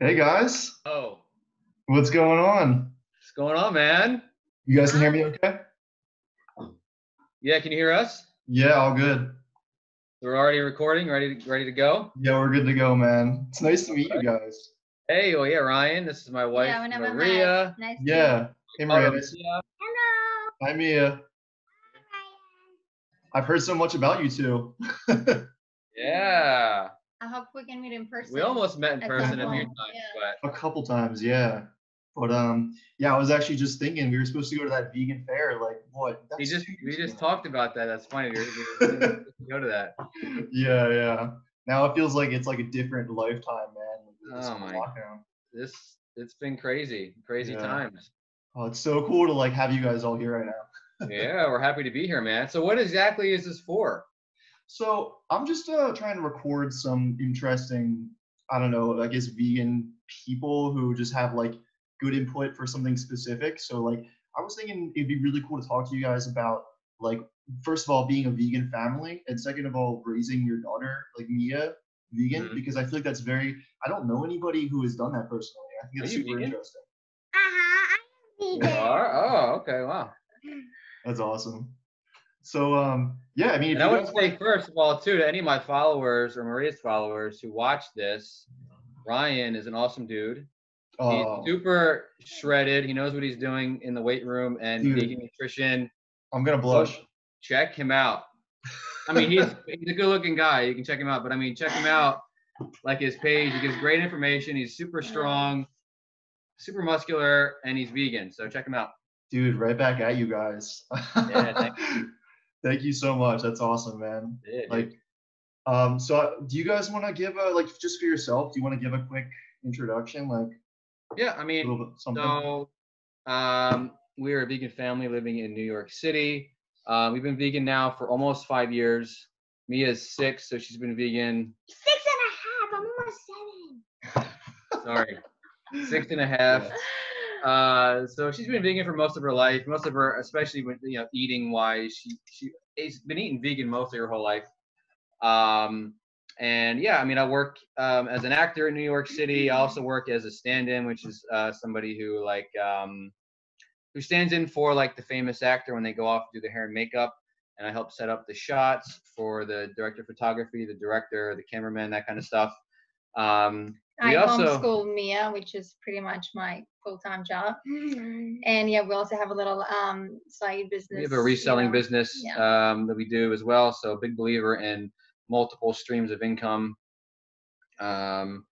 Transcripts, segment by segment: hey guys, Oh, what's going on? what's going on, man? You guys can hear me okay? Yeah, can you hear us? Yeah, all good. We're already recording, ready to ready to go. Yeah, we're good to go, man. It's nice to meet you guys. Hey, oh yeah, Ryan. This is my wife, Yeah, we never met. Maria. Nice. to Yeah. Hey, Hello, Maria. nice- Maria. Hello. Hi, Mia. I've heard so much about you two. Yeah, I hope we can meet in person. we almost met in At person a some few times, point, yeah. but A couple times, yeah. But um, yeah, I was actually just thinking we were supposed to go to that vegan fair. Like, what? we that's just two we years just ago. talked about that. That's funny. We were- we were- we go to that. Yeah, yeah. Now it feels like it's like a different lifetime, man. with this Oh my- lockdown. This it's been crazy, crazy Yeah. times. Oh, it's so cool to like have you guys all here right now. Yeah, we're happy to be here, man. So, what exactly is this for? So I'm just uh, trying to record some interesting, I don't know, I guess vegan people who just have like good input for something specific. So like I was thinking it'd be really cool to talk to you guys about like first of all being a vegan family and second of all raising your daughter like Mia vegan Mhm. because I feel like that's very I don't know anybody who has done that personally. I think Are it's you super vegan? interesting. Uh-huh, huh. I'm You are? Oh, okay, wow. That's awesome. So um yeah, I mean if And I you want to guys say first of all, too, to any of my followers or Maria's followers who watch this, Ryan is an awesome dude. He's oh, super shredded. He knows what he's doing in the weight room and Dude. vegan nutrition. I'm Oh, gonna blush. Check him out. I mean, he's, he's a good-looking guy. You can check him out, but I mean, check him out. Like his page, he gives great information. He's super strong, super muscular, and he's vegan. So check him out. Dude, right back at you guys. Yeah, thank Thank you so much. That's awesome, man. Yeah, dude. Like, um, so uh, do you guys want to give a like just for yourself? Do you want to give a quick introduction, like yeah, I a mean, little bit something? So, um, we are a vegan family living in New York City. Uh, we've been vegan now for almost five years. Mia's six, so she's been vegan. Six and a half. I'm almost seven. Sorry, six and a half. Uh, so she's been vegan for most of her life. Most of her, especially with you know eating wise, she she has been eating vegan mostly her whole life. Um, and yeah, I mean, I work um, as an actor in New York City. I also work as a stand-in, which is uh, somebody who like um, who stands in for like the famous actor when they go off to do the hair and makeup. And I help set up the shots for the director of photography, the director, the cameraman, that kind of stuff. Um, I We also- homeschool Mia, which is pretty much my full-time job. And yeah, we also have a little um side business. Mm-hmm. We have a you reselling know. business um, that we do as well. So a big believer in multiple streams of income. Um,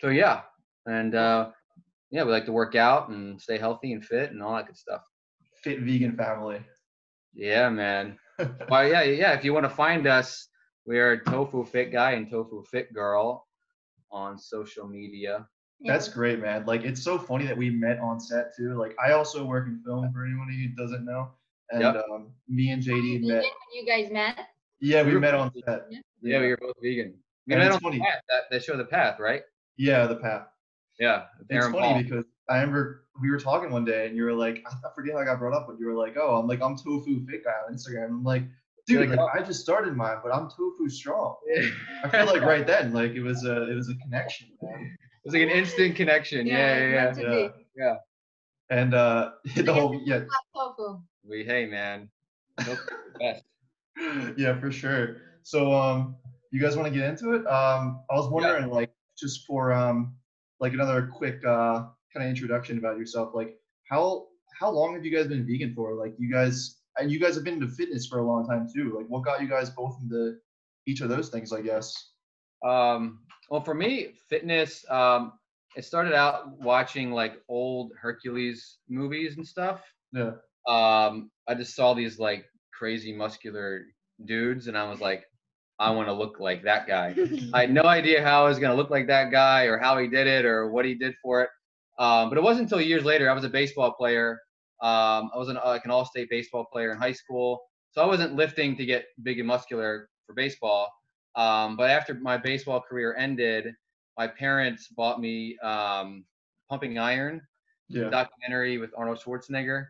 so yeah, and uh, yeah, we like to work out and stay healthy and fit and all that good stuff. Fit vegan family. Yeah, man. well, yeah, yeah. If you want to find us, we are Tofu Fit Guy and Tofu Fit Girl on social media. Yeah. That's great, man. Like it's so funny that we met on set too. Like I also work in film for anyone who doesn't know. And Yep. um, me and Vegan JD when met. You guys met? Yeah, we You're- met on set. Yeah, we are both vegan. You And know, it's that, funny. that, that show the path, right? Yeah, the path. Yeah. with It's Aaron funny Paul. because I remember we were talking one day and you were like, I forget how I got brought up, but you were like, oh, I'm like, I'm tofu fit guy on Instagram. I'm like, You're dude, like, "Oh." like, I just started mine, but I'm tofu strong. I it feel like right then, like it was a, it was a connection, man. was like an instant connection. Yeah, yeah, it's yeah. meant to be. Yeah. And uh, the whole, yeah, Hot tofu. We hey man. Nope, best. yeah, for sure. So, um, you guys want to get into it? Um, I was wondering, like, just for um, like another quick uh, kind of introduction about yourself. Like, how how long have you guys been vegan for? Like, you guys and you guys have been into fitness for a long time too. Like, what got you guys both into each of those things? I guess. Um, well, for me, fitness. Um, it started out watching like old Hercules movies and stuff. Yeah. Um, I just saw these like crazy muscular dudes, and I was like, I want to look like that guy. I had no idea how I was gonna look like that guy, or how he did it, or what he did for it. Um, but it wasn't until years later. I was a baseball player. Um, I was an, like an all-state baseball player in high school, so I wasn't lifting to get big and muscular for baseball. Um, but after my baseball career ended, my parents bought me um, Pumping Iron Yeah. documentary with Arnold Schwarzenegger.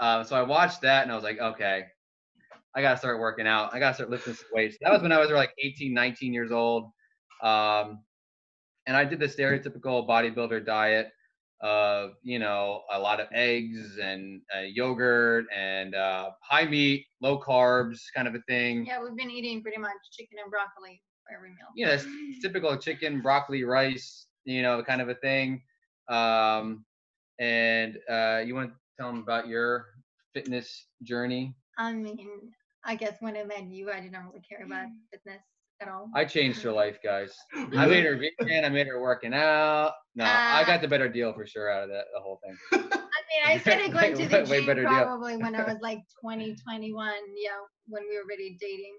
Uh, so I watched that and I was like, okay, I gotta start working out. I gotta start lifting some weights. That was when I was like 18, 19 years old. Um, and I did the stereotypical bodybuilder diet of you know a lot of eggs and uh, yogurt and uh, high meat, low carbs, kind of a thing. Yeah, we've been eating pretty much chicken and broccoli for every meal. Yeah, it's typical chicken, broccoli, rice, you know, kind of a thing. Um, and uh, you want to tell them about your fitness journey? I mean, I guess when I met you, I didn't really care about fitness at all. Mm. I changed her life, guys. I made her vegan. I made her working out. No, I got the better deal for sure out of that the whole thing. I mean, I started going to the Way- way gym better deal. Mm. probably when I was like 20, 21, yeah, when we were really dating.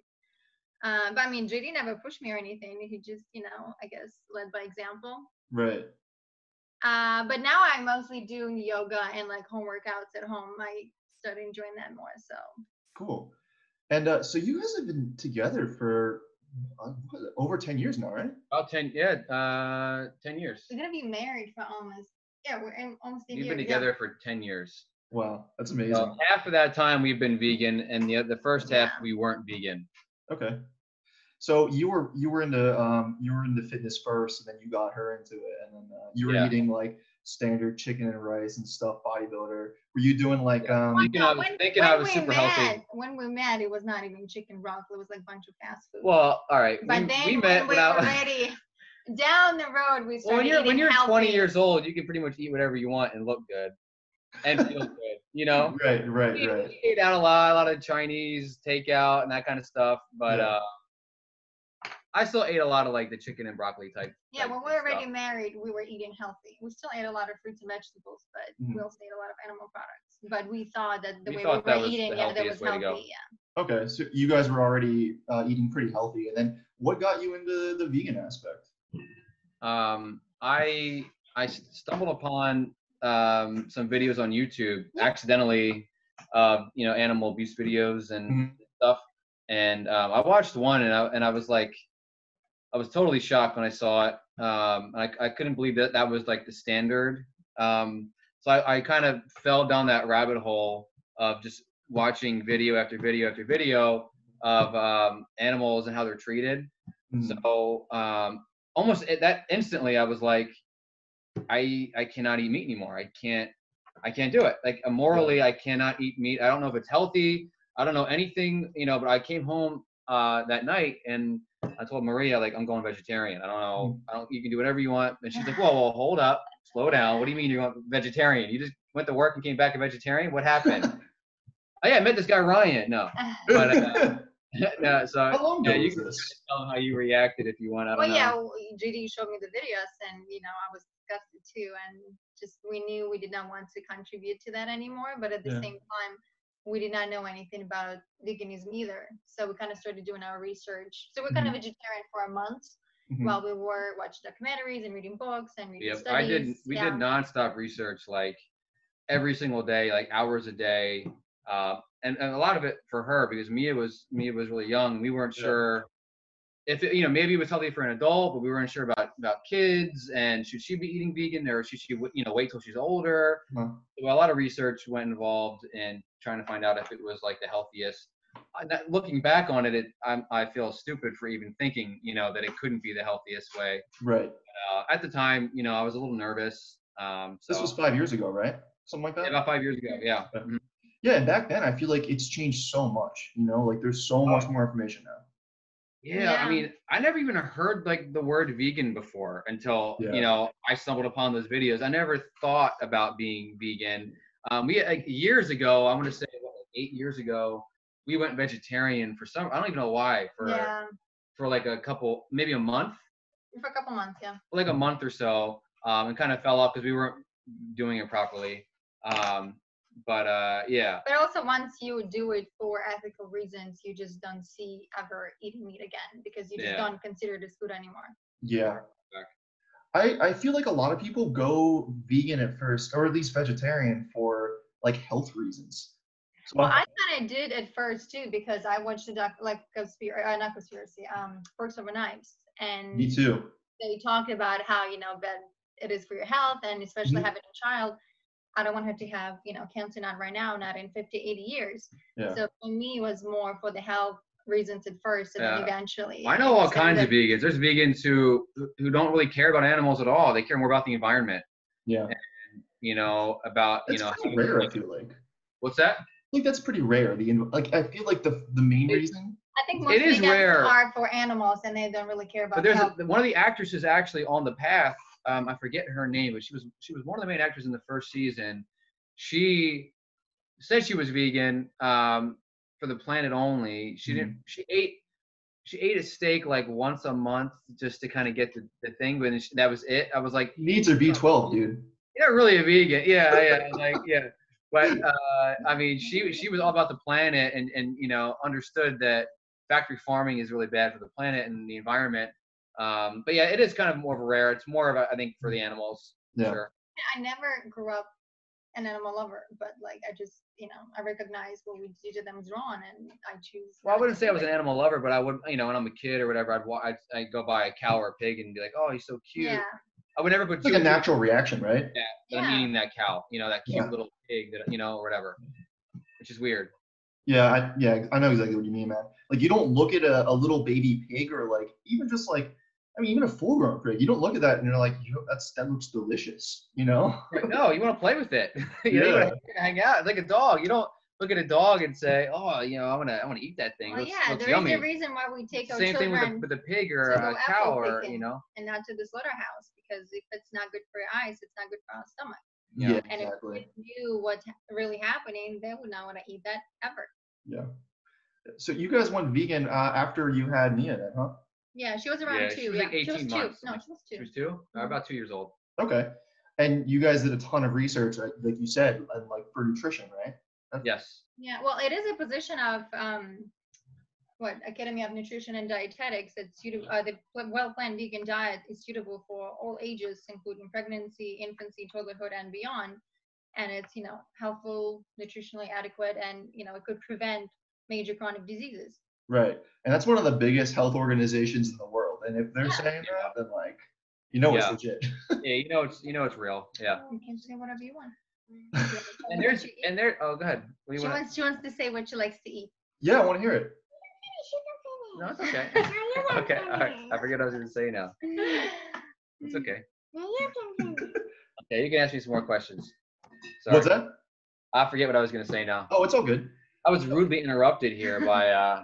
Uh, but I mean, JD never pushed me or anything. He just, you know, I guess led by example. Right. Uh, but now I mostly do yoga and like home workouts at home. I started enjoying that more. So Cool. And uh, so you guys have been together for uh, what, over 10 years now, right? About ten, yeah, uh, ten years. we're gonna be married for almost yeah, we're in, almost a We've year. been yeah. together for ten years. Wow, that's amazing. So half of that time we've been vegan, and the the first half we weren't vegan. Okay. So you were you were into um you were into fitness first, and then you got her into it, and then uh, you were Yeah. eating like standard chicken and rice and stuff, bodybuilder. Were you doing like um? Thinking I was- thinking I was we super met, healthy. When we met, it was not even chicken broccoli. It was like a bunch of fast food. Well, all right. but we, then we when met we without. were ready, down the road, we started Well, when you're when eating you're healthy. 20 years old, you can pretty much eat whatever you want and look good, and feel good. You know, Right, right, we, right. we ate out a lot, a lot of Chinese takeout and that kind of stuff. But Yeah. uh, I still ate a lot of like the chicken and broccoli type. Yeah, type when we were already stuff. married, we were eating healthy. We still ate a lot of fruits and vegetables, but Mhm. we also ate a lot of animal products. But we thought that Mm-hmm. the We way we thought that were was the eating, yeah, that was healthiest way to go. healthy. Yeah. Okay, so you guys were already uh, eating pretty healthy, and then what got you into the vegan aspect? um, I I stumbled upon um, some videos on YouTube accidentally, uh, you know, animal abuse videos and Mhm. stuff. And um, I watched one, and I and I was like, I was totally shocked when I saw it. Um, I I couldn't believe that that was like the standard. Um, so I, I kind of fell down that rabbit hole of just watching video after video after video of um, animals and how they're treated. Mm, So um, almost at that instantly, I was like, I I cannot eat meat anymore. I can't I can't do it. Like morally, I cannot eat meat. I don't know if it's healthy. I don't know anything, you know. But I came home uh, that night and I told Maria like I'm going vegetarian. I don't know. I don't. You can do whatever you want. And she's like, Whoa, whoa, hold up, slow down. What do you mean you want vegetarian? You just went to work and came back a vegetarian. What happened? oh yeah, I met this guy Ryan. No, but, uh, no. So How long ago yeah, you was can this? tell them how you reacted if you want. I don't Well, know. yeah, w- JD showed me the videos, and you know, I was disgusted too, and just we knew we did not want to contribute to that anymore. But at the Yeah. same time, we did not know anything about veganism either, so we kind of started doing our research. So we're kind of Mm-hmm. vegetarian for a month Mhm. while we were watching documentaries and reading books and reading Hmm. Yep, I studies. did. We yeah. did nonstop research, like every single day, like hours a day, uh, and and a lot of it for her because Mia was Mia was really young. We weren't Yeah. sure if it, you know maybe it was healthy for an adult, but we weren't sure about about kids and should she be eating vegan or should she w- you know wait till she's older. Huh. So a lot of research went involved in trying to find out if it was like the healthiest. I- that- Looking back on it, it I, I feel stupid for even thinking, you know, that it couldn't be the healthiest way Right. uh, at the time, you know, I was a little nervous. Um, so This was five years ago, right? Something like that. yeah, about five years ago. Yeah. Yeah. Mhm. Yeah, and back then I feel like it's changed so much. You know, like there's Oh. so much more information now. yeah. Yeah. I mean, I never even heard like the word vegan before until Yeah. you know I stumbled upon those videos. I never thought about being vegan. Um, we like, years ago, I'm gonna say what, like, eight years ago, we went vegetarian for some. I don't even know why for yeah, for like a couple, maybe a month, for a couple months, yeah. like a month or so, um, and kind of fell off because we weren't doing it properly. Um, but uh, yeah, But also, once you do it for ethical reasons, you just don't see ever eating meat again because you just Yeah. don't consider it as food anymore. Yeah. Back. I, I feel like a lot of people go vegan at first, or at least vegetarian for like health reasons. So Oh. Well, I kind of did at first too because I watched the doc, like conspiracy, uh, not conspiracy, um, Forks Over Knives, and me too. they talked about how you know that it is for your health, and especially Mhm. Mm-hmm. having a child. I don't want her to have you know cancer not right now, not in 50, 80 years. Yeah. So for me, it was more for the health reasons at first, and then Yeah. eventually. I know all kinds of vegans. There's vegans who who don't really care about animals at all. They care more about the environment. Yeah. You know about you That's know pretty rare. I feel like. I what's that? think that's pretty rare. The inv- like, I feel like the the main reason. I think most It is vegans rare. are for animals, and they don't really care about But there's health. a, one of the actresses actually on the path. Um, I forget her name, but she was she was one of the main actors in the first season. She said she was vegan um, for the planet only. She didn't. She ate. She ate a steak like once a month just to kind of get the, the thing, but then she- that was it. I was like, Needs are B12, dude. you're not really a vegan. Yeah, yeah, like yeah. But uh, I mean, she she was all about the planet, and and you know understood that factory farming is really bad for the planet and the environment. Um, but yeah, it is kind of more of a rare. It's more of a, I think for the animals. Yeah. Sure. I never grew up an animal lover, but like I just, you know, I recognize what we do to them is wrong, and I choose. Well, I not wouldn't to say do I was it. an animal lover, but I would, you know, when I'm a kid or whatever, I'd wa- I'd, I'd go buy a cow or a pig and be like, oh, he's so cute. Yeah, I would never put It's like two a and two natural reaction, right? that, but I'm Yeah. eating that cow, you know, that cute Yeah. little pig that you know or whatever, which is weird. Yeah, I, yeah, I know exactly what you mean, man. Like you don't look at a, a little baby pig or like even just like I mean even a full grown pig. You don't look at that and you're like, you know, that's that looks delicious, you know? Right, no, you want to play with it. you know, you want to hang out It's like a dog. You don't look at a dog and say, "Oh, you know, I'm gonna, I'm gonna eat that thing." well, looks, yeah. looks There is yummy. a reason why we take our Same thing with a, children with a pig or to go a apple cow, or picking. you know. and not to the slaughterhouse because if it's not good for your eyes, it's not good for our stomach. Yeah. And if exactly. If knew what's really happening, they would not want to eat that ever. Yeah. So you guys went vegan uh, after you had Nia, then, huh? Yeah, she was around Yeah, two. she was yeah, like she was 18 two. months, No, like, she was She two. was two, uh, about two years old. Okay. And you guys did a ton of research, like like you said, and like for nutrition, right? Yes. Yeah, well, it is a position of um, what Academy of Nutrition and Dietetics. It's suitable. Uh, the pl- well-planned vegan diet is suitable for all ages, including pregnancy, infancy, toddlerhood, and beyond. And it's you know helpful, nutritionally adequate, and you know it could prevent major chronic diseases. Right. And that's one of the biggest health organizations in the world. And if they're Yeah. saying that, then like you know it's Yeah. legit. Yeah, you know it's, you know it's real. Yeah. You can say whatever you want. And there's, and there. Oh, go ahead. What do she you want? wants she wants to say what she likes to eat. Yeah, I want to hear it. No, it's okay. okay. All right. I forget what I was gonna say now. It's okay. Mm. Okay, you can ask me some more questions. Sorry. What's that? I forget what I was gonna say now. Oh, it's all good. I was Oh, rudely interrupted here by. uh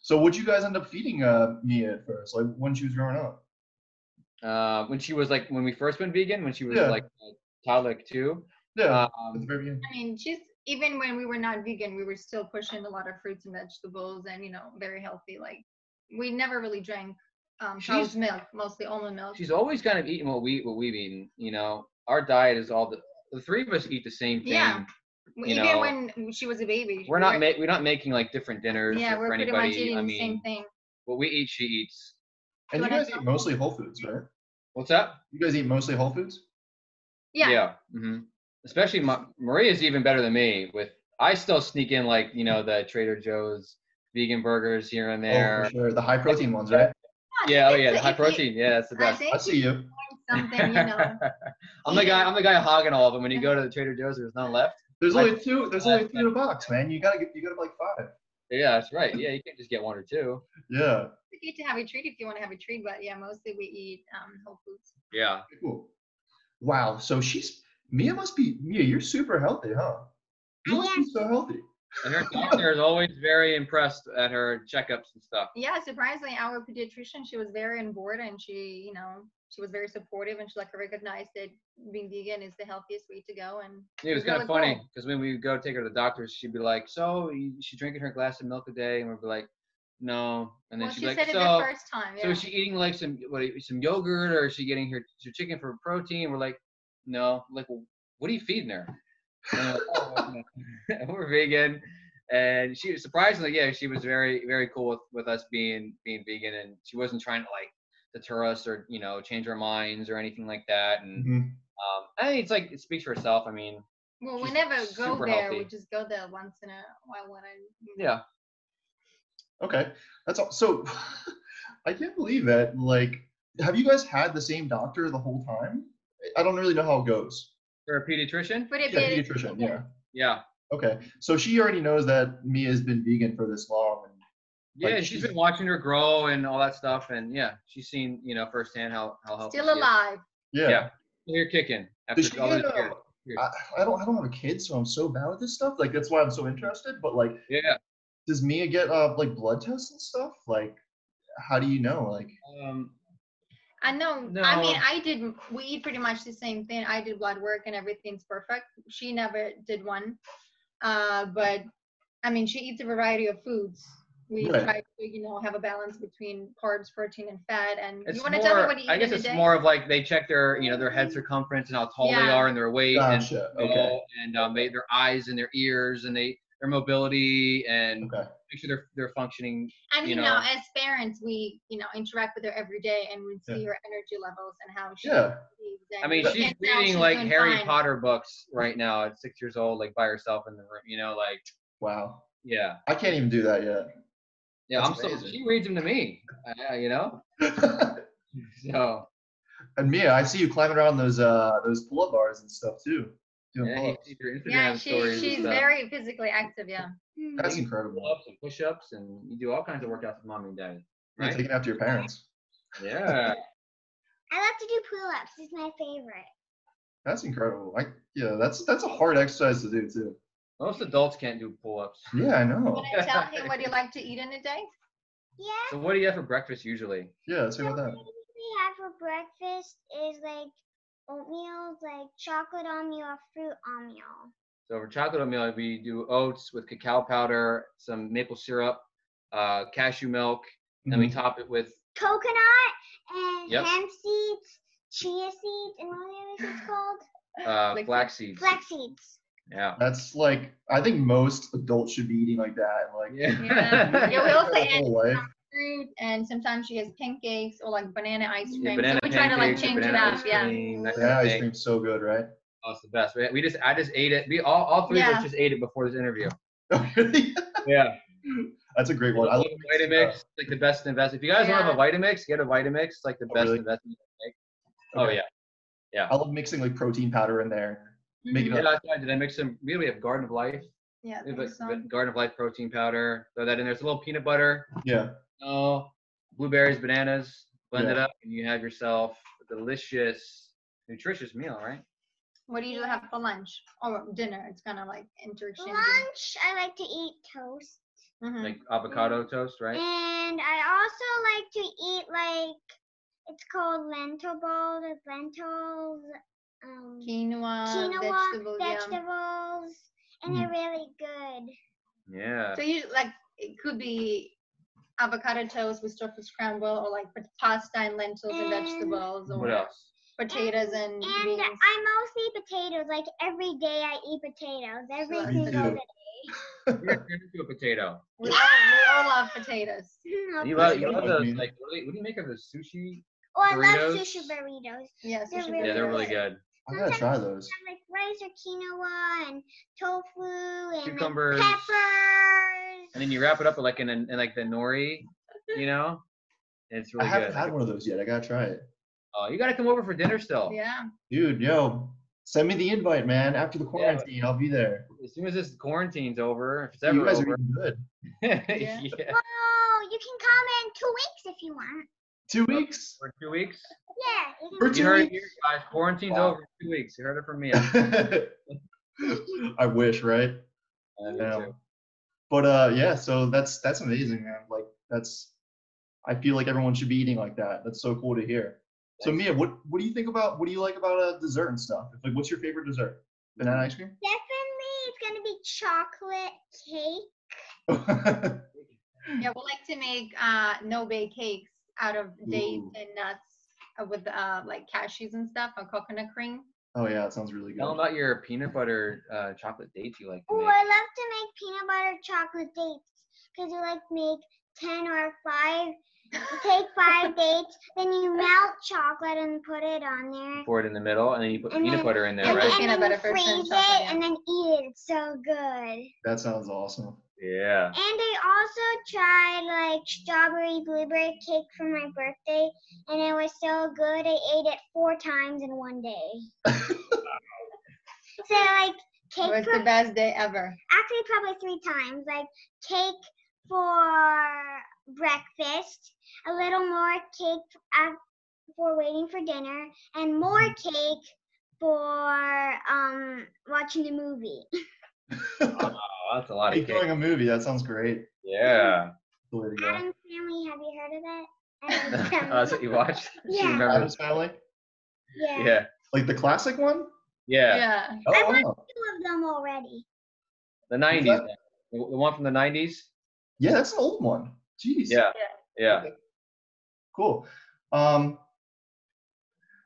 so what'd you guys end up feeding uh Mia at first? Like when she was growing up? uh, when she was like when we first went vegan, when she was Yeah. like a toddler like, two. Yeah. at the Um, very beginning. I mean, she's even when we were not vegan, we were still pushing a lot of fruits and vegetables, and you know, very healthy. Like we never really drank um, cow's She's- milk, mostly almond milk. she's always kind of eating what we what we've eaten. You know, our diet is all the the three of us eat the same thing. Yeah. you even know, when she was a baby, We're not ma- we're not making like different dinners yeah, for we're pretty much anybody. eating I the same mean, thing. what we eat, she eats. And you When I guys eat mostly whole foods, right? What's up? You guys eat mostly whole foods? Yeah, hmm Especially Ma- Maria's even better than me. With I still sneak in like you know the Trader Joe's vegan burgers here and there. Oh, for sure. The high protein ones, right? Yeah, oh think yeah, the that high if you- protein. Yeah, that's the I best. think I see you. something you know. I'm the guy. I'm the guy hogging all of them. When you go to the Trader Joe's, there's none left. There's I- only two there's only two in a box, man. You gotta get you gotta have, like five. Yeah, that's right. Yeah, you can't just get one or two. Yeah. It's good to have a treat if you want to have a treat, but yeah, mostly we eat um, whole foods. Yeah. Cool. Wow. So she's Mia must be Mia, you're super healthy, huh? You must be so healthy. And her doctor is always very impressed at her checkups and stuff. Yeah, surprisingly, our pediatrician, she was very on board and she, you know, she was very supportive and she like recognized that being vegan is the healthiest way to go. And It was She's kind of really funny cool. because when we would go take her to the doctor, she'd be like, "So, you- she drinking her glass of milk a day?" And we'd be like, "No." And then well, she'd she be like, said it "So, the first time. so Yeah. is she eating like some what? Some yogurt, or is she getting her, her chicken for protein?" We're like, "No." Like, "Well, what are you feeding her? And we're, like, "Oh, okay." We're vegan, and she surprisingly, yeah, she was very very cool with, with us being being vegan, and she wasn't trying to like deter us or you know change our minds or anything like that. And Mhm. um, I think it's like it speaks for itself. I mean, well, we she's never go super there. We healthy. just go there once in a while when I. yeah, Okay. That's all so I can't believe it. Like, have you guys had the same doctor the whole time? I don't really know how it goes. for a pediatrician, But it Yeah, is- pediatrician, yeah. yeah, Okay, so she already knows that Mia's been vegan for this long. And Yeah, Like, and she's she's- been watching her grow and all that stuff, and yeah, she's seen you know firsthand how how healthy. Still alive. yeah, Yeah. You're kicking after Does she all get, these years. uh, I, I don't I don't have a kid, so I'm so bad at this stuff. Like that's why I'm so interested. But like, Yeah. does Mia get uh like blood tests and stuff? Like, how do you know? Like, Um, I know. I mean, No. I did. We eat pretty much the same thing. I did blood work and everything's perfect. She never did one. Uh, but I mean, she eats a variety of foods. We Right. try to, you know, have a balance between carbs, protein, and fat. And it's you want to more. tell me what you eat I guess in a it's day? Mm-hmm. more of like they check their you know their head circumference and how tall they Yeah. are and their weight and gotcha. you know, Ah, Okay. and um, they, their eyes and their ears and they their mobility and Okay. make sure they're they're functioning. and you you know, know. as parents, we you know interact with her every day and we see Yeah. her energy levels and how she. Yeah. Believes I and mean, we she's can tell reading like doing Harry fine. Potter books right now at six years old, like by herself in the room. You know, like Wow. yeah, I can't even do that yet. yeah. That's I'm so amazing. she reads them to me. I, I- you know, so and Mia, I see you climbing around those uh those pull-up bars and stuff too. Doing yeah, you pull-ups. see your Instagram Yeah, she, stories. she's and stuff. very physically active. Yeah. That's You do incredible. pull-ups and push-ups, and you do all kinds of workouts with mommy and daddy. You're Right? taking after your parents. Yeah. I love to do pull-ups. It's my favorite. That's incredible. I yeah, that's that's a hard exercise to do too. Most adults can't do pull-ups. Yeah, I know. Want to tell him what you like to eat in a day? Yeah. So what do you have for breakfast usually? Yeah, let's So hear what about that. we have for breakfast is like oatmeal, like chocolate oatmeal, or fruit oatmeal. So for chocolate oatmeal, we do oats with cacao powder, some maple syrup, uh, cashew milk, and then we Mm-hmm. top it with Coconut and Yep. hemp seeds, chia seeds, and what are those it's called? uh, Like- flax seeds. Flax seeds. Yeah. That's like I think most adults should be eating like that. Like Yeah. Yeah, we Yeah. also their add whole life. fruit and sometimes she has pancakes or like banana ice cream. Yeah, banana so we try to like pancakes, change it banana up. ice Yeah. cream, that kind Yeah, of ice thing. cream's so good, right? Oh, it's the best. We, we just, I just ate it. We all, all three of Yeah. us just ate it before this interview. That's Yeah. Oh, a great one. I love Vitamix, like the best investment. If you guys don't have a Vitamix, get a Vitamix, like the Oh, best really? investment. you can make. Oh uh, Okay. yeah. I love mixing like protein powder in there. Make it Mhm. Yeah, up. that's right. Did I mix some? We have Garden of Life. Yeah. I We have think like so. Garden of Life protein powder. Throw that in there. It's a little peanut butter. Yeah. No, blueberries, bananas. Blend it Yeah. up, and you have yourself a delicious, nutritious meal, right? What do you have for lunch or dinner? It's kind of like interchanging. Lunch, I like to eat toast. Mhm. Like avocado toast, right? And I also like to eat like it's called lentil balls, with lentils, um, quinoa, quinoa, vegetables. Uh, Yeah. Hmm. vegetables, and they're really good. Yeah. So you like it could be avocado toast with stuffed scramble or like pasta and lentils and And- vegetables or What else? potatoes and, And beans. I mostly potatoes. Like every day, I eat potatoes. Every Sure. Me single too. day. You're gonna turn into a potato. we, all, we all love potatoes. Mm, You okay. love, you Yeah. love those. Like, what do, they, what do you make of those sushi? Oh, I love burritos. sushi burritos. Yeah, They're sushi really Yeah, they're burritos. really good. I gotta try those. Have, like rice or quinoa and tofu and Cucumbers. Like, peppers. And then you wrap it up with like in, in like the nori, you know. And it's I really haven't good. had one of those yet. I gotta try it. Oh, you gotta come over for dinner still. Yeah. Dude, yo, send me the invite, man. After the quarantine, I'll be there. As soon as this quarantine's over, if it's You ever guys over. are eating good. yeah. Oh, you can come in two weeks if you want. Two weeks. For two weeks. Yeah. You For can two You heard it weeks? here, guys. Quarantine's Wow. over. in Two weeks. You heard it from me. I I wish, right? love you Yeah. too. But uh, yeah. So that's that's amazing, man. Like that's, I feel like everyone should be eating like that. That's so cool to hear. So Thanks. Mia, what what do you think about what do you like about uh, dessert and stuff? Like, what's your favorite dessert? Banana ice cream. Definitely, it's gonna be chocolate cake. Oh, Yeah, we like to make uh, no-bake cakes out of dates Ooh. and nuts uh, with uh, like cashews and stuff or coconut cream. oh yeah, that sounds really Tell them good. about your peanut butter uh, chocolate dates you like to Oh, make. I love to make peanut butter chocolate dates because you like make ten or five. You take five dates, then you melt chocolate and put it on there, Pour it in the middle, and then you put And peanut then- butter in there, and, like right? then, peanut and then you butter freeze first and it chocolate, yeah. and then eat it. It's so good. That sounds awesome. Yeah. And I also tried like strawberry blueberry cake for my birthday, and it was so good. I ate it four times in one day. so like It cake was for the best day ever. actually probably three times like cake for breakfast a little more cake af- for waiting for dinner and more Mm-hmm. cake for um watching the movie Oh, that's a lot of Keep cake. going a movie. That sounds great. Yeah. The way to go. adam's family have you heard of it um, Addams uh, Family. so you watched? You Yeah. remember? Adam's Family, yeah, Yeah. like the classic one. Yeah. Yeah. Oh, I've wow. two of them already The 90s. then. The the one from the 90s? yeah, that's an old one. Jeez. Yeah. Yeah. Cool. Um,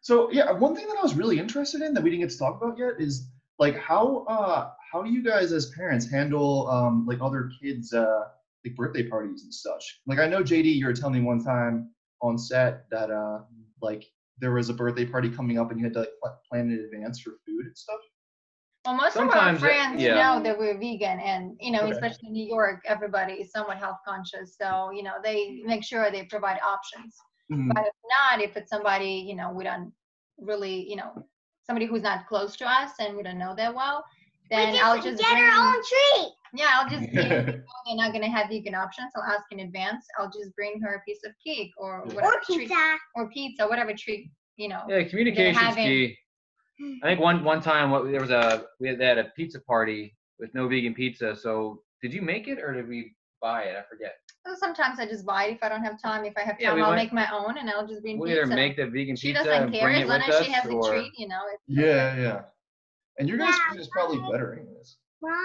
so yeah, one thing that I was really interested in that we didn't get to talk about yet is like how uh, how do you guys as parents handle um, like other kids uh, like birthday parties and such? Like I know JD, you were telling me one time on set that uh, like there was a birthday party coming up and you had to like pl- plan in advance for food and stuff. Well, most Sometimes, of our friends yeah. know that we're vegan, and you know, Okay. especially in New York, everybody is somewhat health conscious. So you know, they make sure they provide options. Mhm. But if not, if it's somebody you know we don't really you know somebody who's not close to us and we don't know that well, then we I'll just just get bring, our own treat yeah I'll just you know, they're not gonna have vegan options. I'll ask in advance. I'll just bring her a piece of cake or Yeah. whatever or pizza treat or pizza, whatever treat you know. Yeah, communication's having- key. I think one one time what there was a we had, they had a pizza party with no vegan pizza. So did you make it or did we buy it? I forget. So sometimes I just buy it if I don't have time. If I have time, Yeah, we I'll went- make my own and I'll just bring We pizza. either make the vegan she pizza doesn't and care bring as it long with as us, she has or a treat, you know. It's Yeah, yeah. And your guys' Yeah, food is probably I- better anyways.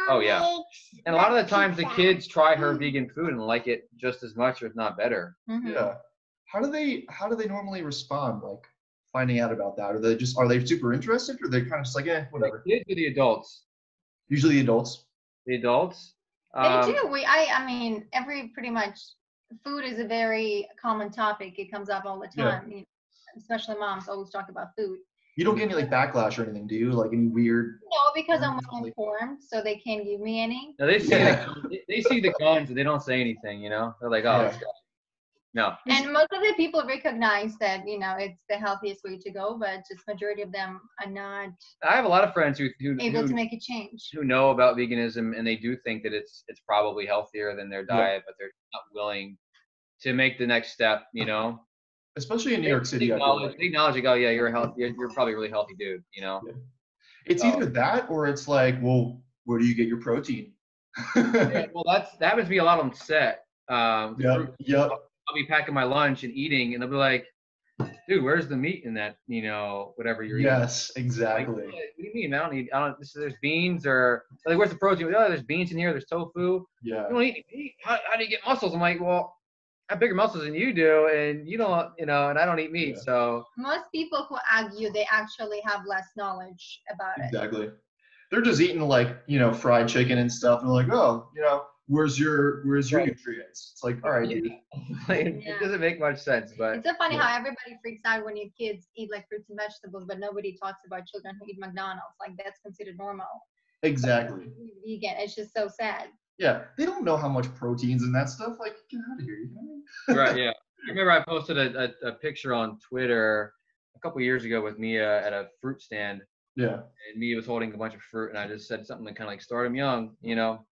Oh, yeah. Mom makes and a lot of the times the pizza. kids try her Mm. vegan food and like it just as much, if not better. Mhm. Yeah. How do they how do they normally respond like finding out about that? Are they just are they super interested or they kind of just like eh The whatever? kids or the adults? Usually the adults. The adults. They um, do. We, I, I mean, every pretty much food is a very common topic. It comes up all the Yeah. time. You know, especially moms always talk about food. You don't get any like backlash or anything, do you? Like any weird? No, because I'm well Definitely. informed, so they can't give me any. No, they see Yeah. the, they- they see the guns and they don't say anything. You know, they're like, oh, Yeah. this guy. no. And most of the people recognize that you know it's the healthiest way to go, but just majority of them are not I have a lot of friends who who, able who to make a change. who know about veganism and they do think that it's it's probably healthier than their Yeah. diet, but they're not willing to make the next step. You know, Especially in New York City, they I feel acknowledge, like. they acknowledge like, oh yeah, you're a healthy, you're, you're probably a really healthy dude. You know, it's Oh. either that or it's like, well, where do you get your protein? Yeah, yep, well that's that happens to be a lot on set. Um, yep. I'll be packing my lunch and eating, and they'll be like, dude, where's the meat in that? You know, whatever you're eating. Yes, Like, exactly. what do you mean? I don't need. I don't. This, there's beans or like, where's the protein? Oh, there's beans in here. There's tofu. Yeah. you don't eat any meat. How, how do you get muscles? I'm like, well, I have bigger muscles than you do, and you don't, you know, and I don't eat meat, Yeah. so Most people who argue, they actually have less knowledge about it. Exactly. They're just eating like, you know, fried chicken and stuff and they're like, oh, you know, where's your where's your Right. nutrients? It's like, all right, dude. like, Yeah. it doesn't make much sense. But It's so funny Yeah. how everybody freaks out when your kids eat like fruits and vegetables, but nobody talks about children who eat McDonald's. Like that's considered normal. Exactly. Vegan. It's just so sad. Yeah. They don't know how much protein's in that stuff. Like, get out of here. You know what I mean? right, yeah, I remember I posted a, a, a picture on Twitter a couple years ago with Mia at a fruit stand, Yeah. and Mia was holding a bunch of fruit, and I just said something that kind of like start 'em young, you know,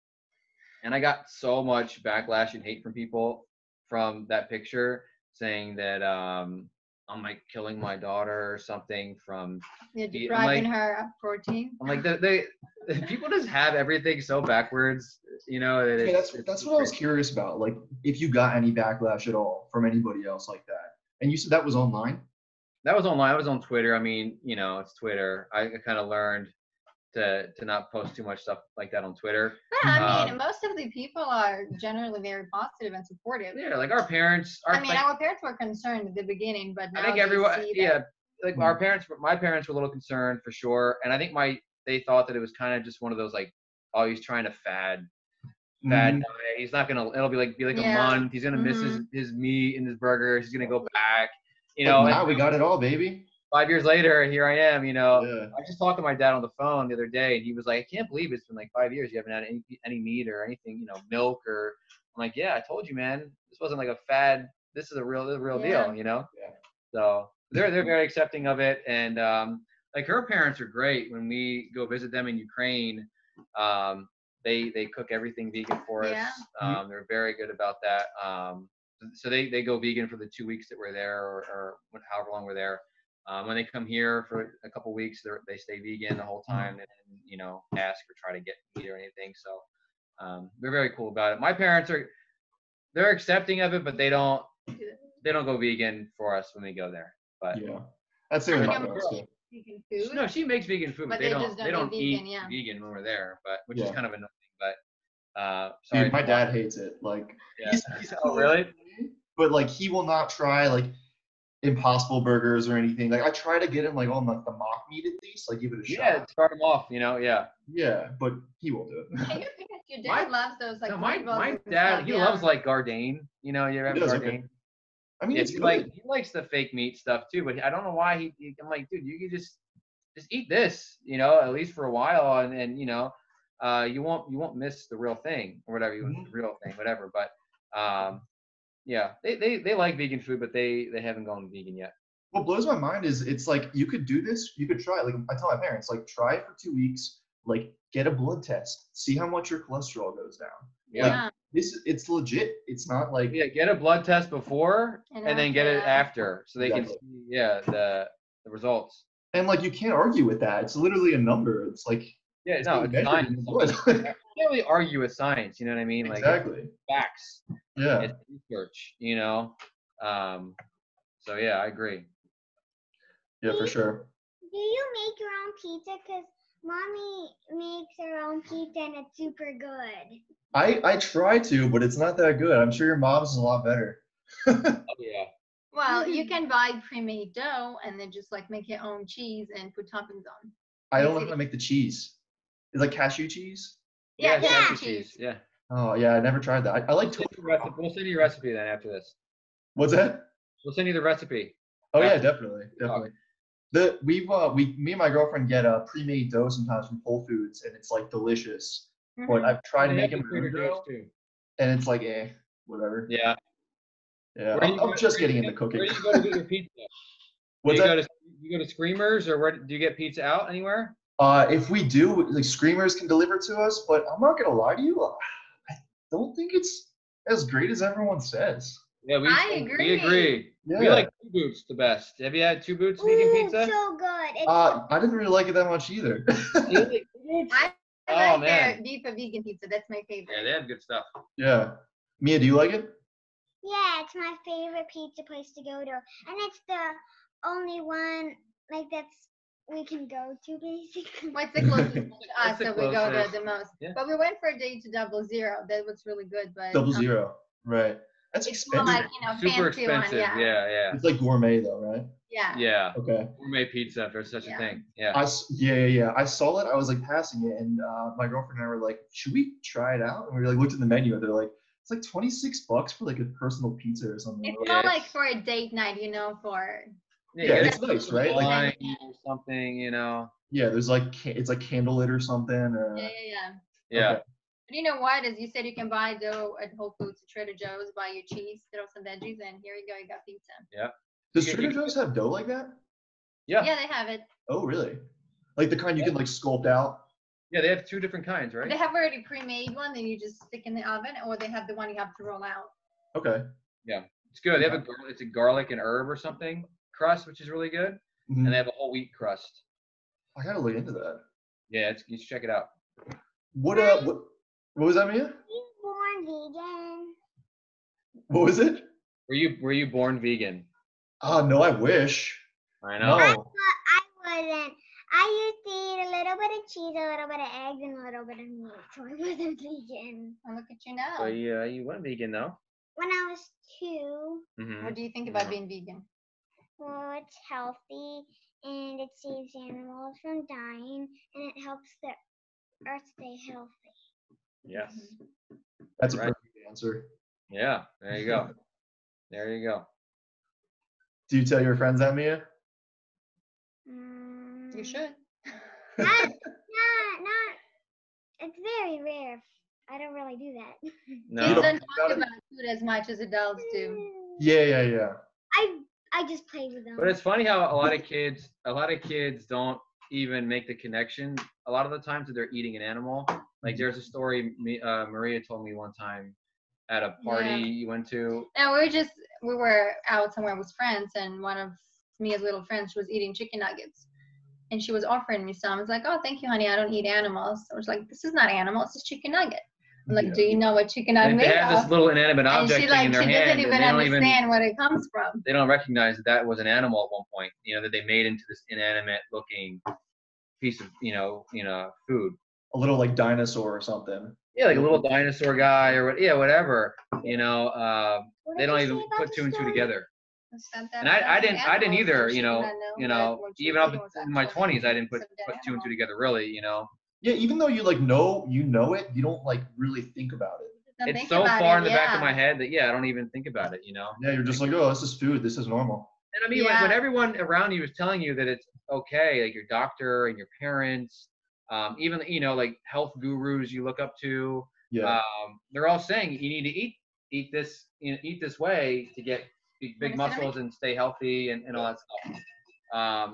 and I got so much backlash and hate from people from that picture saying that um, I'm like killing my daughter or something from You're Yeah, depriving her of protein. I'm like they, they people just have everything so backwards, you know. That Okay, it's- that's it's- that's what I was curious about. Like, if you got any backlash at all from anybody else like that, and you said that was online. That was online. I was on Twitter. I mean, you know, it's Twitter. I kind of learned to to not post too much stuff like that on Twitter. But I mean, Um, most of the people are generally very positive and supportive. Yeah, like our parents. Our, I mean, like, our parents were concerned at the beginning, but now I think they everyone, see that- yeah, like our parents, my parents were a little concerned for sure, and I think my they thought that it was kind of just one of those like, oh, he's trying to fad, fad Mhm. diet. He's not gonna. It'll be like be like a Yeah. month. He's gonna miss his, Mhm. his meat and his burgers. He's gonna go back. You Like, know, now and we got it all, baby. five years later, here I am. You know, yeah. I just talked to my dad on the phone the other day, and he was like, "I can't believe it's been like five years. You haven't had any, any meat or anything, you know, milk or." I'm like, "Yeah, I told you, man. This wasn't like a fad. This is a real, the real Yeah. deal, you know." Yeah. So they're they're very accepting of it, and um, like her parents are great when we go visit them in Ukraine. Um, they they cook everything vegan for Yeah. us. Mm-hmm. Um, they're very good about that. Um, so they they go vegan for the two weeks that we're there, or, or however long we're there. Um, when they come here for a couple weeks, they they stay vegan the whole Mm-hmm. time, and you know ask or try to get meat or anything. So um, they're very cool about it. My parents are they're accepting of it, but they don't they don't go vegan for us when we go there. But Yeah. That's the I way think my I'm parents uh, do it. Vegan food. no, she makes vegan food, but, they, don't. They don't eat vegan, eat yeah. vegan when we're there, but which is Yeah. kind of annoying. But uh, sorry, Dude, my to- dad hates it. Like, Yeah. he's, he's Oh, really? But like, he will not try like Impossible Burgers or anything. Like, I try to get him like on like the mock meat at least. Like, give it a Yeah, shot. start them off. You know, yeah. Yeah, but he won't do it. Can you think that your My- dad loves those like no, my meatballs my and dad, stuff, he yeah. loves like Gardain. You know, you ever have He does, okay. Gardain? I mean, Yeah, it's he good. like he likes the fake meat stuff too, but I don't know why he, he- I'm like, dude, you can just just eat this, you know, at least for a while, and and you know, uh, you won't you won't miss the real thing or whatever you Mhm. the real thing, whatever. But um, yeah, they, they they like vegan food, but they they haven't gone vegan yet. what blows my mind is it's like you could do this, you could try it. Like I tell my parents, like try it for two weeks, like get a blood test, see how much your cholesterol goes down. Yeah. Yeah. This is it's legit. It's not like Yeah, get a blood test before And and, then get it after. after so they Exactly. can see yeah, the the results. and like you can't argue with that. It's literally a number. It's like Yeah, it's no, being measured it's science. in the You blood. can't really argue with science, you know what I mean? Like it's exactly. facts, Yeah. it's research, you know. Um so yeah, I agree. Yeah, for sure. Do you make your own pizza? Because mommy makes her own pizza and it's super good. I I try to, but it's not that good. I'm sure your mom's is a lot better. Oh yeah. Well, you can buy pre-made dough and then just like make your own cheese and put toppings on. I don't know how to make the cheese. It's like cashew cheese. Yeah, yeah. cashew cheese. cheese. Yeah. Oh yeah, I never tried that. I, I like We'll send, tofu. you a recipe. we'll send you a recipe then after this. What's that? We'll send you the recipe. Oh yeah, Yeah. definitely, definitely. The we've uh, we me and my girlfriend get a pre-made dough sometimes from Whole Foods, and it's like delicious. But Mhm. I've tried They have making the my own Trader dough, Joe's, too. and it's like eh, whatever. Yeah. Yeah, Where do I'm, you I'm go- just where do getting you into go- cooking. Where do you go to get your pizza? Do What's you go that? to you go to Screamers or where do you get pizza out anywhere? Uh, if we do, like Screamers can deliver to us, but I'm not gonna lie to you, I don't think it's as great as everyone says. Yeah, we, I we agree. agree. Yeah. We like two boots the best. Have you had two boots vegan Ooh, pizza? so good. It's uh, I didn't really like it that much either. You like Two Boots? I Oh, like their man. beef or vegan pizza. That's my favorite. yeah, they have good stuff. yeah, Mia, do you like it? Yeah, it's my favorite pizza place to go to, and it's the only one like that's we can go to basically. What's the closest one to us That's the that we go there closest. the most? Yeah. But we went for a day to Double Zero. That was really good, but Double um, zero, right? That's It's more expensive. like you know Super fancy one. expensive. Yeah. yeah, it's like gourmet though, right? Yeah. yeah. yeah. Okay. Gourmet pizza, if there's such Yeah. a thing. Yeah. I s- yeah yeah yeah. I saw it. I was like passing it, and uh, my girlfriend and I were like, "Should we try it out?" And we like looked at the menu, and they're like, "It's like twenty six bucks for like a personal pizza or something." It's We're not like, Yeah. like for a date night, you know, for yeah, you get it's a nice, right? Like- wine or something, you know. yeah, there's like ca- it's like candlelit or something. Or yeah, yeah, yeah. Yeah. Okay. But you know what? As you said, you can buy dough at Whole Foods, Trader Joe's, buy your cheese, throw some veggies, and here you go, you got pizza. does You can- Trader Joe's have dough like that? Yeah. yeah. Yeah, they have it. Oh really? Like the kind you Yeah. can like sculpt out. they have two different kinds, right? They have already pre-made one, then you just stick in the oven, or they have the one you have to roll out. Okay. It's good. They have a gar- it's a garlic and herb or something crust, which is really good, Mhm. and they have a whole wheat crust. I gotta look into that. Yeah, it's, you should check it out. What uh what what was that Mia? He's born vegan. What was it? Were you were you born vegan? Ah no, I wish. I know. No. But I wasn't. I used to eat a little bit of cheese, a little bit of eggs, and a little bit of meat, so I wasn't vegan. And Oh, look at you now. Well, yeah, you went vegan though. When I was two, Mm-hmm. What do you think about Mhm. being vegan? well, it's healthy and it saves animals from dying and it helps the earth stay healthy. Yes. That's a Right. perfect answer. Yeah. There you go. There you go. Do you tell your friends that Mia? Mm-hmm. You Mm. should. not, not, not. It's very rare. I don't really do that. No. don't Kids don't think talk about it? about food as much as adults do. Yeah yeah yeah. I I just play with them. But it's funny how a lot of kids, a lot of kids don't even make the connection a lot of the times that they're eating an animal. Mm-hmm. Like there's a story me, uh, Maria told me one time at a party Yeah. you went to. No, we were just we were out somewhere with friends, and one of Mia's little friends she was eating chicken nuggets, and she was offering me some. I was like, "Oh, thank you, honey. I don't eat animals." I was like, "This is not animal. It's a chicken nugget." I'm like, Yeah. "Do you know what chicken nugget And they made have this of?" little inanimate Uh, And object she thing in like their she hand, doesn't and even they don't understand even where it comes from. they don't recognize that that was an animal at one point. You know that they made into this inanimate looking piece of you know you know food. a little like dinosaur or something. Yeah, like a Mm-hmm. little dinosaur guy or what? Yeah, whatever. You know, uh, What they did don't you even say about put the two and two story? together. It's not that And I, I bad. didn't, I didn't Animals, either. so You she know, wouldn't you that know, what she even up was in my actually twenties, I didn't put some dead put two and two animal. together really. You know, Yeah, even though you like know you know it, you don't like really think about it. Now it's think so about far it, in the back of yeah. my head that yeah, I don't even think about it. You know, Yeah, you're just like, oh, this is food. This is normal. And I mean, like, Yeah. when everyone around you is telling you that it's okay, like your doctor and your parents, um, even you know, like health gurus you look up to, Yeah, um, they're all saying you need to eat eat this you know, eat this way to get big, big Understand. muscles and stay healthy and, and all that stuff. Um,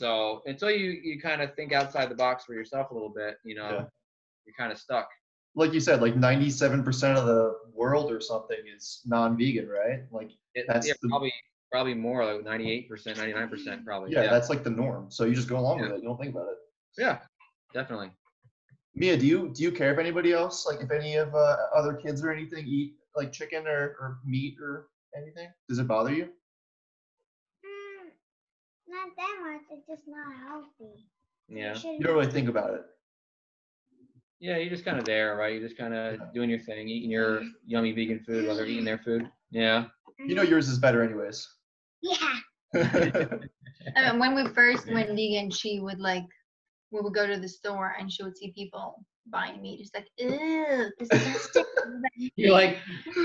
so until you you kind of think outside the box for yourself a little bit, you know, Yeah. you're kind of stuck. like you said, like 97% of the world or something is non-vegan, right? Like, It, That's yeah, the- probably probably more like 98 percent, 99 percent probably. yeah, Oh, yeah, that's like the norm. So you just go along with Yeah. it. You don't think about it. yeah definitely. Mia, do you do you care if anybody else, like if any of uh, other kids or anything eat like chicken or, or meat or anything? Does it bother you? Mm, not that much. It's just not healthy. Yeah. It shouldn't You don't really think about it. Yeah, you're just kind of there, right? You're just kind Yeah. of doing your thing, eating your yummy vegan food while they're eating their food. Yeah. You Mm-hmm. know yours is better anyways. Yeah. I mean, when we first went vegan, she would like, we would go to the store and she would see people buying meat. It's like, ew, disgusting. You're like,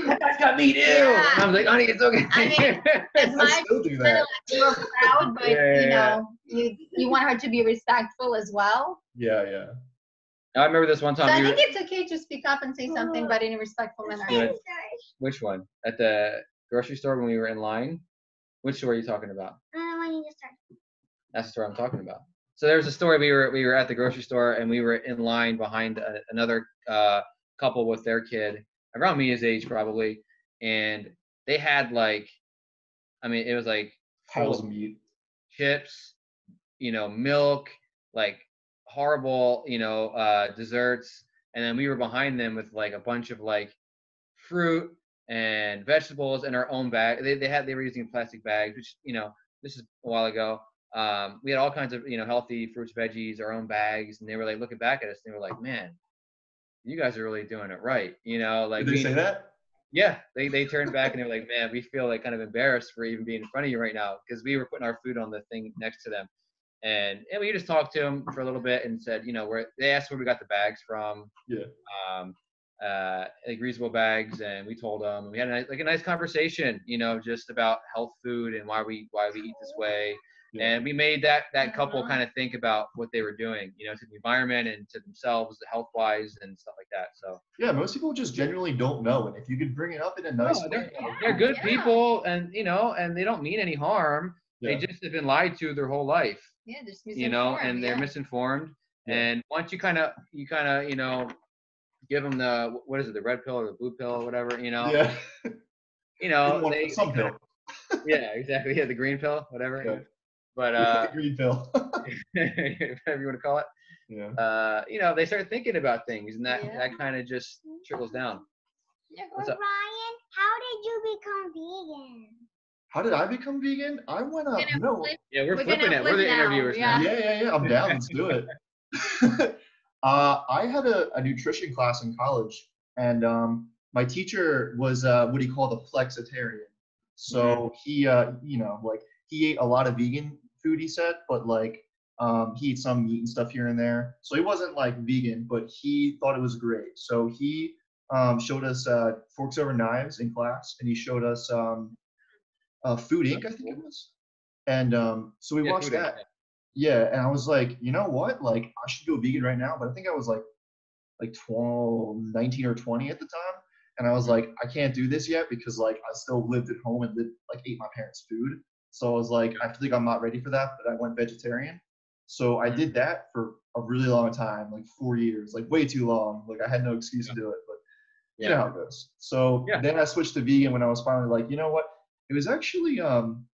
that guy's got meat, ew. Yeah. And I was like, honey, it's okay. I As I much still do kind that. of like you were proud, but Yeah, yeah, you yeah. know, you you want her to be respectful as well. Yeah, yeah. I remember this one So time. I we think were- Uh, it's okay to speak up and say something, but in a respectful manner. Good. I'm sorry. which one? At the grocery store when we were in line? Which store are you talking about? I don't want you to start. That's the story I'm talking about. So there's a story we were we were at the grocery store and we were in line behind a, another uh, couple with their kid around Mia's age probably, and they had like, I mean it was like Piles of meat. chips, you know, milk, like horrible, you know, uh, desserts. And then we were behind them with like a bunch of like fruit and vegetables in our own bag. They, they had they were using plastic bags, which you know this is a while ago. Um, we had all kinds of you know healthy fruits, veggies, our own bags, and they were like looking back at us and they were like, "Man, you guys are really doing it right," you know. Like Did they we- say that? yeah, they, they turned back and they were like, man, we feel like kind of embarrassed for even being in front of you right now because we were putting our food on the thing next to them. And, and we just talked to them for a little bit and said, you know, where they asked where we got the bags from. Yeah. Um, uh, like reasonable bags, and we told them we had a, nice- like a nice conversation, you know, just about health food and why we why we eat this way, Yeah. and we made that that couple Mhm. kind of think about what they were doing, you know, to the environment and to themselves, health wise, and stuff like that. So Yeah, most people just genuinely don't know. And if you could bring it up in a nice No, way, they're, they're good Yeah. people and you know and they don't mean any harm Yeah. they just have been lied to their whole life Yeah, there's you know misinformed, and they're yeah. misinformed Yeah. and once you kind of you kind of you know give them the what is it the red pill or the blue pill or whatever you know yeah, you Even know one- they, some pill, yeah exactly yeah the green pill whatever Yeah. but uh green pill. whatever you want to call it yeah. uh you know they start thinking about things and that Yeah. Mm-hmm. that kind of just trickles down Yeah, go What's ahead. up? Ryan, how did you become vegan? How did I become vegan? I went up. Gonna No. flip- yeah we're, We're gonna flipping it we're flip the now, interviewers Yeah, yeah. now yeah, yeah. I'm down. Let's do it. uh, I had a, a nutrition class in college, and um, my teacher was uh, what he called a flexitarian. Mm-hmm. So he, uh, you know, like he ate a lot of vegan food. He said, but like um, he ate some meat and stuff here and there. So he wasn't like vegan, but he thought it was great. So he um, showed us uh, forks over knives in class, and he showed us um, uh, Food Inc. I think it was. And um, so we Yeah, watched food that. inc. Yeah, and I was like, you know what? Like, I should go vegan right now, but I think I was like, like 12, 19 or 20 at the time, and I was like, I can't do this yet because like I still lived at home and lived, like ate my parents' food. So I was like, I think I'm not ready for that, but I went vegetarian. So I did that for a really long time, like four years, like way too long. Like I had no excuse to do it, but you know how it goes. So Yeah. then I switched to vegan when I was finally like, you know what? It was actually um,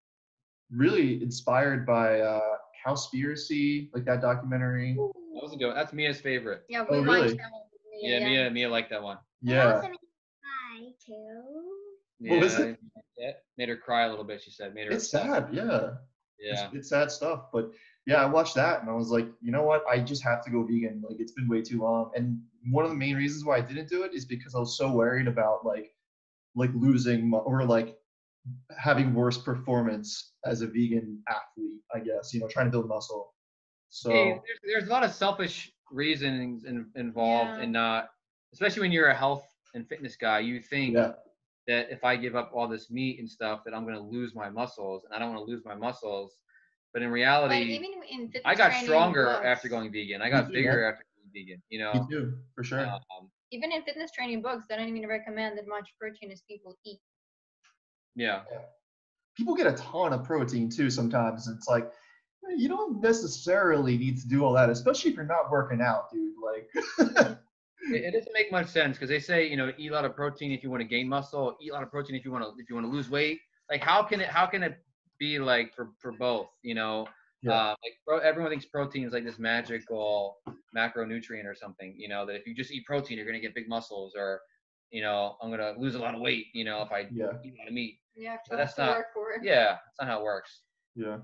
really inspired by uh, Cowspiracy, like that documentary. That was a good one. That's Mia's favorite. Yeah, Oh, we really? watched that one. Yeah, Mia, Mia liked that one. It Yeah, also makes me cry too. Yeah, What was yeah, made her cry a little bit. She said, made her. it's upset. sad. Yeah. It's, Yeah, it's sad stuff. But yeah, I watched that and I was like, you know what? I just have to go vegan. Like it's been way too long. And one of the main reasons why I didn't do it is because I was so worried about like like losing mo- or like having worse performance as a vegan athlete. I guess you know trying to build muscle. So Hey, there's, there's a lot of selfish reasons in, involved Yeah. in not, especially when you're a health and fitness guy. You think yeah, that if I give up all this meat and stuff, that I'm going to lose my muscles, and I don't want to lose my muscles. But in But reality, even in fitness I got training stronger books- after going vegan. I got too, bigger after going vegan. You know. me too for sure. Um, Even in fitness training books, they don't even recommend that much protein as people eat. yeah. People get a ton of protein too sometimes. and It's like you don't necessarily need to do all that, especially if you're not working out, dude. Like It, it doesn't make much sense because they say you know eat a lot of protein if you want to gain muscle, eat a lot of protein if you want to if you want to lose weight. Like how can it how can it be like for for both? You know, Yeah. uh, like pro, everyone thinks protein is like this magical macronutrient or something. You know that if you just eat protein, you're gonna get big muscles or you know I'm gonna lose a lot of weight. You know if I yeah. eat a lot of meat. You have But to, that's have to not- work for it. Yeah, that's not how it works. Yeah.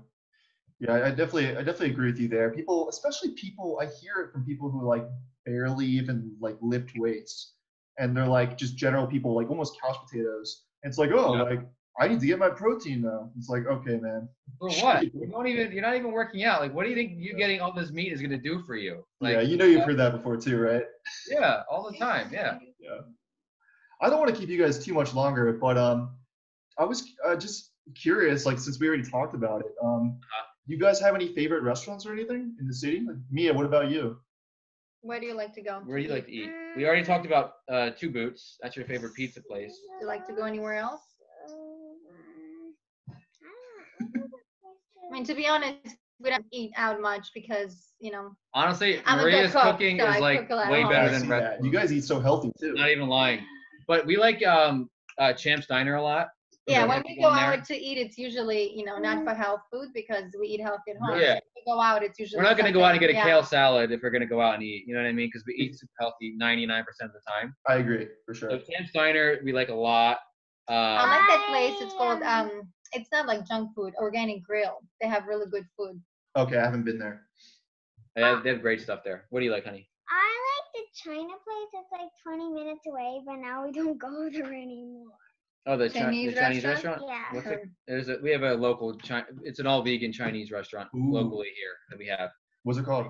Yeah, I I definitely I definitely agree with you there. People, especially people, I hear it from people who like barely even like lift weights. And they're like just general people, like almost couch potatoes. And it's like, oh, Yeah. like I need to get my protein now. It's like, okay, man. For what? You don't even you're not even working out. Like what do you think you getting all this meat is gonna do for you? yeah, Like you know you've heard that before too, right? yeah, all the time. Yeah. I don't want to keep you guys too much longer, but um, I was uh, just curious, like since we already talked about it, um, Uh-huh. you guys have any favorite restaurants or anything in the city? Like, Mia, what about you? Where do you like to go? Where do you like to eat? We Mm. already talked about uh, Two Boots. That's your favorite pizza place. Do you like to go anywhere else? Uh, I mean, to be honest, we don't eat out much because you know Honestly, I'm a good Maria's cook, cooking so I is like cook a lot at way home. better I than see that. restaurant. You guys eat so healthy too. Not even lying. But we like um, uh, Champ's Diner a lot. Yeah, Okay. when Like we to go go in there. out to eat, it's usually you know not for health food because we eat healthy at home. Yeah. If we go out, it's usually We're not gonna go out and get a something- yeah. kale salad if we're gonna go out and eat. You know what I mean? Because we eat super healthy 99% of the time. I agree for sure. So Champ's Diner we like a lot. I Uh, like that place. It's called I, um, um, it's not like junk food, organic grill. They have really good food. Okay, I haven't been there. they, have, they have great stuff there. What do you like, honey? I like the China place. It's like 20 minutes away, but now we don't go there anymore. Oh, the, Chi- Chinese the Chinese restaurant? restaurant. Yeah. What's it? There's a we have a local China. It's an all vegan Chinese restaurant Ooh. locally here that we have. What's it called?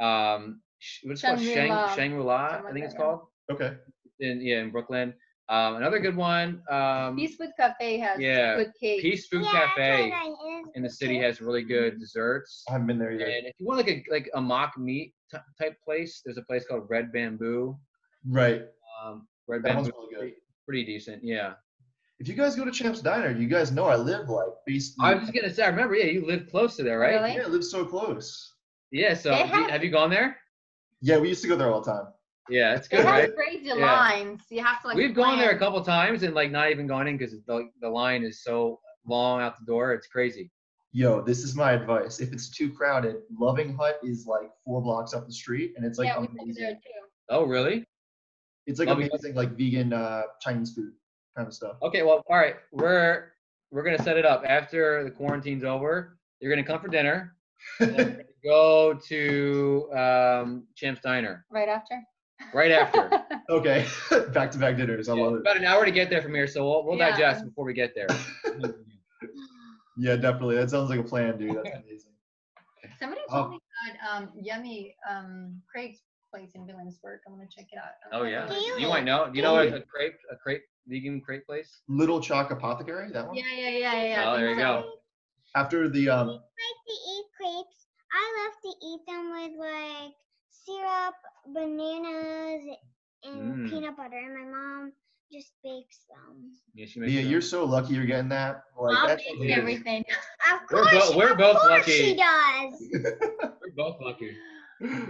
um sh- what's it called Shang Shangri-La. Shangri-La Something I like think it's that, yeah. called Okay. in yeah in Brooklyn um another good one um Peace Food Cafe has yeah, good cake. Peace Food yeah, Cafe China is in the city has really Mm-hmm. good desserts I haven't been there and yet. if you want like a like a mock meat ty- type place there's a place called Red Bamboo Right. um Red That one's Bamboo really good. pretty decent yeah If you guys go to Champ's Diner, you guys know I live like basically. I was just gonna say I remember yeah you live close to there right Really? yeah, I live so close. yeah so They have you, have- have you gone there Yeah, we used to go there all the time. yeah it's They good have right crazy Yeah. lines. You have to like. We've gone there a plan. couple times and like not even gone in because the, the line is so long out the door. It's crazy. Yo, this is my advice. If it's too crowded, Loving Hut is like four blocks up the street, and it's like yeah, we've been there amazing. too. Oh, really? It's like Loving Hut. amazing, like vegan uh, Chinese food kind of stuff. Okay. Well, all right. We're we're gonna set it up after the quarantine's over. You're gonna come for dinner. and then we're gonna go to um, Champ's Diner Right after. right after. okay, back to back dinners. I Yeah, love it's it. about an hour to get there from here, so we'll, we'll Yeah. digest before we get there. Yeah, definitely. That sounds like a plan, dude. That's amazing. Somebody Oh. told me about um, yummy um, Craig's place in Williamsburg. I'm gonna check it out. I oh don't yeah. know what it's You called. might know. Do you know a, a crepe a crepe vegan crepe place? Little Chalk Apothecary, that one. Yeah, yeah, yeah, yeah, yeah. Oh, there you go. After the um, like to eat crepes. I love to eat them with like syrup, bananas, and Mm. peanut butter. And my mom just bakes them. Yeah, she makes Mia, her you're so lucky you're getting that. Like Mom that's makes amazing. everything. Of We're course, bo- we're both of course lucky. she does. We're We're both lucky. Yeah.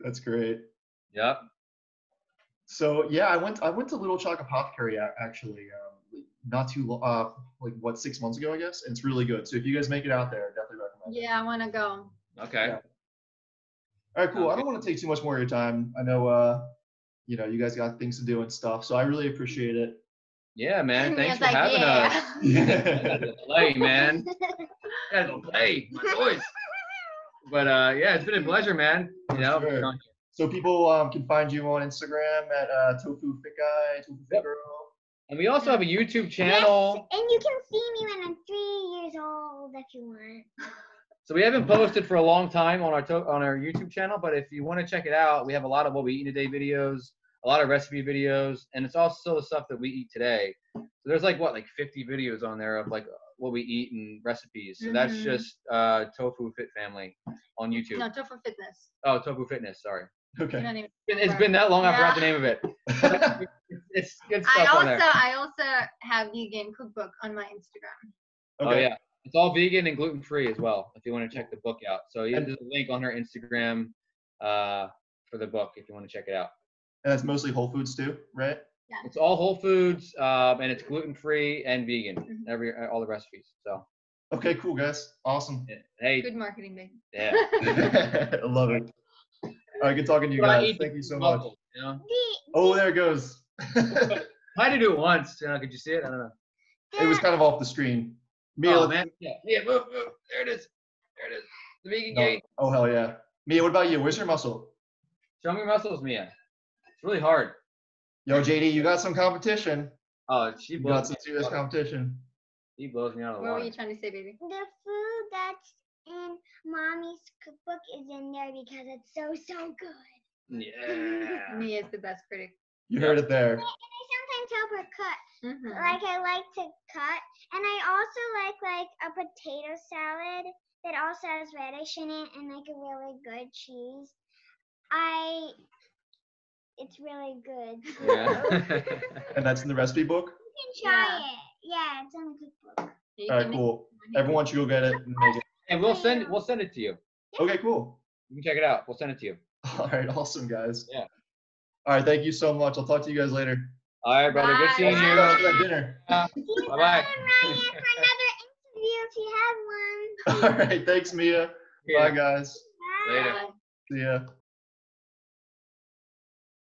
That's great. Yep. So yeah, I went I went to Little Chalk Apothecary a- actually um, not too long, uh, like what six months ago I guess, and it's really good. So if you guys make it out there, definitely recommend. it. Yeah, I want to go. Okay. Yeah. All right, cool. I Okay. don't want to take too much more of your time. I know uh, you know you guys got things to do and stuff, so I really appreciate it. Yeah, man. Thanks Yes, for I having us. I yeah, gotta play, man. I gotta go play. My voice. But uh, yeah, it's been a pleasure, man. You For know, sure. so people um, can find you on Instagram at uh, Tofu Fit Guy, Tofu Fit Yep. Girl. and we also have a YouTube channel. Yes, and you can see me when I'm three years old if you want. So we haven't posted for a long time on our to- on our YouTube channel, but if you want to check it out, we have a lot of what we eat today videos, a lot of recipe videos, and it's also the stuff that we eat today. So there's like what like 50 videos on there of like uh, what we eat and recipes. So that's Mhm. just uh, Tofu Fit Family on YouTube. No, tough for fitness. Oh, Tofu Fitness. Sorry, You Okay. don't even- It's been- it's been that long. I forgot the Yeah. name of it. That's It's good I stuff on also there. I also have vegan cookbook on my Instagram. Oh yeah, it's all vegan and gluten free as well. If you want to check the book out, so yeah, And- there's a link on her Instagram uh, for the book if you want to check it out. And that's mostly Whole Foods too, right? It's all whole foods um, and it's gluten free and vegan. Mhm. Every uh, all the recipes. So Okay, cool guys. Awesome. yeah, hey, Good marketing thing. yeah. I love it. All right, good talking to you But I guys. eat Thank you so much. Muffled, you know? The, Oh, there it goes. it I had to do it once. You know, could you see it? I don't know. the, was kind of off the screen. Mia, Oh let's- man, yeah, yeah, move, move. There it is. There it is. The vegan No. gate. Oh hell yeah. Mia, what about you? Where's your muscle? Show me your muscles, Mia. It's really hard. Yo, JD, you got some competition. Oh, she You got blows. some serious competition. She blows me out of the What water. were you trying to say, baby? the food that's in mommy's cookbook is in there because it's so so good. Yeah. Me is the best critic. You heard it there. And I sometimes help her cook. Mhm. Mm-hmm. Like I like to cut, and I also like like a potato salad that also has radish in it and like a really good cheese. I, it's really good. too. Yeah. And that's in the recipe book. You can try Yeah. it. Yeah, it's on the cookbook. You All right, can make cool. money. Everyone should go get it and make it. And we'll send we'll send it to you. Okay, cool. You can check it out. We'll send it to you. All right, awesome guys. Yeah. All right, thank you so much. I'll talk to you guys later. All right, brother. Good Bye. seeing Thanks, you. guys, for that dinner. Keep on Bye-bye. Ryan for another interview if you have one. All right, thanks, Mia. Bye guys. Bye. Later. Bye. See ya.